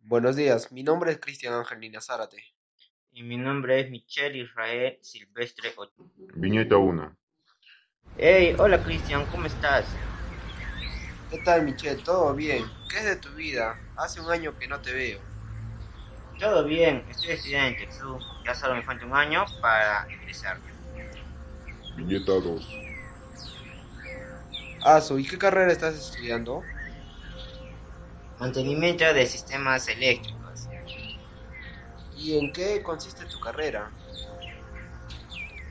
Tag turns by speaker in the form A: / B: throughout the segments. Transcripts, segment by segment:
A: Buenos días, mi nombre es Cristian Angelina Zárate.
B: Y mi nombre es Michelle Israel Silvestre Ochoa.
C: Viñeta 1.
B: Hey, hola Cristian, ¿cómo estás?
A: ¿Qué tal, Michelle? ¿Todo bien? ¿Qué es de tu vida? Hace un año que no te veo.
B: Todo bien, estoy estudiando en Texú. Ya solo me falta un año para ingresar.
C: Viñeta 2.
A: Aso, Ah, ¿y qué carrera estás estudiando?
B: Mantenimiento de sistemas eléctricos.
A: ¿Y en qué consiste tu carrera?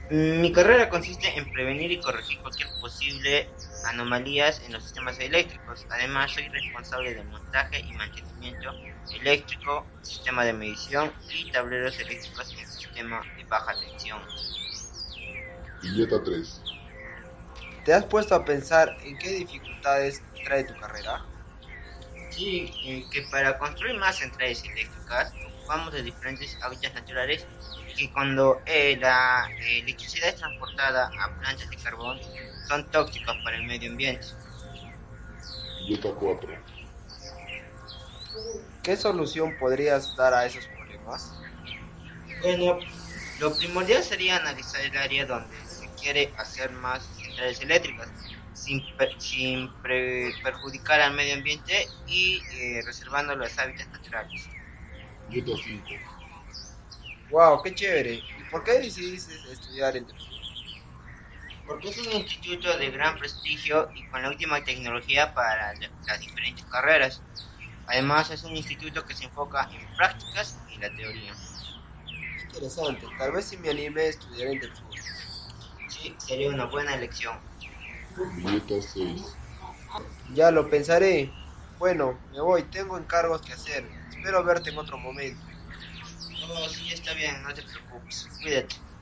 B: Mm, Mi carrera consiste en prevenir y corregir cualquier posible anomalías en los sistemas eléctricos. Además, soy responsable del montaje y mantenimiento eléctrico, sistema de medición y tableros eléctricos en sistema de baja tensión.
C: Viñeta 3.
A: ¿Te has puesto a pensar en qué dificultades trae tu carrera?
B: Sí, eh, que para construir más centrales eléctricas ocupamos de diferentes hábitats naturales que cuando eh, la eh, electricidad es transportada a plantas de carbón son tóxicas para el medio ambiente.
C: Viñeta 4.
A: ¿Qué solución podrías dar a esos problemas?
B: Bueno, lo primordial sería analizar el área donde se quiere hacer más centrales eléctricas sin, per- sin pre- perjudicar al medio ambiente y eh, reservando los hábitats naturales.
C: Viñeta 5.
A: ¡Wow! ¡Qué chévere! ¿Y por qué decidiste estudiar en Perú?
B: Porque es un instituto de gran prestigio y con la última tecnología para la- las diferentes carreras. Además es un instituto que se enfoca en prácticas y la teoría.
A: Interesante, tal vez si me animé a estudiar en Perú.
B: Sí, sería una buena elección.
C: Viñeta 6.
A: Ya lo pensaré. Bueno, me voy, tengo encargos que hacer. Espero verte en otro momento.
B: Oh, sí, está bien, no te preocupes. Cuídate.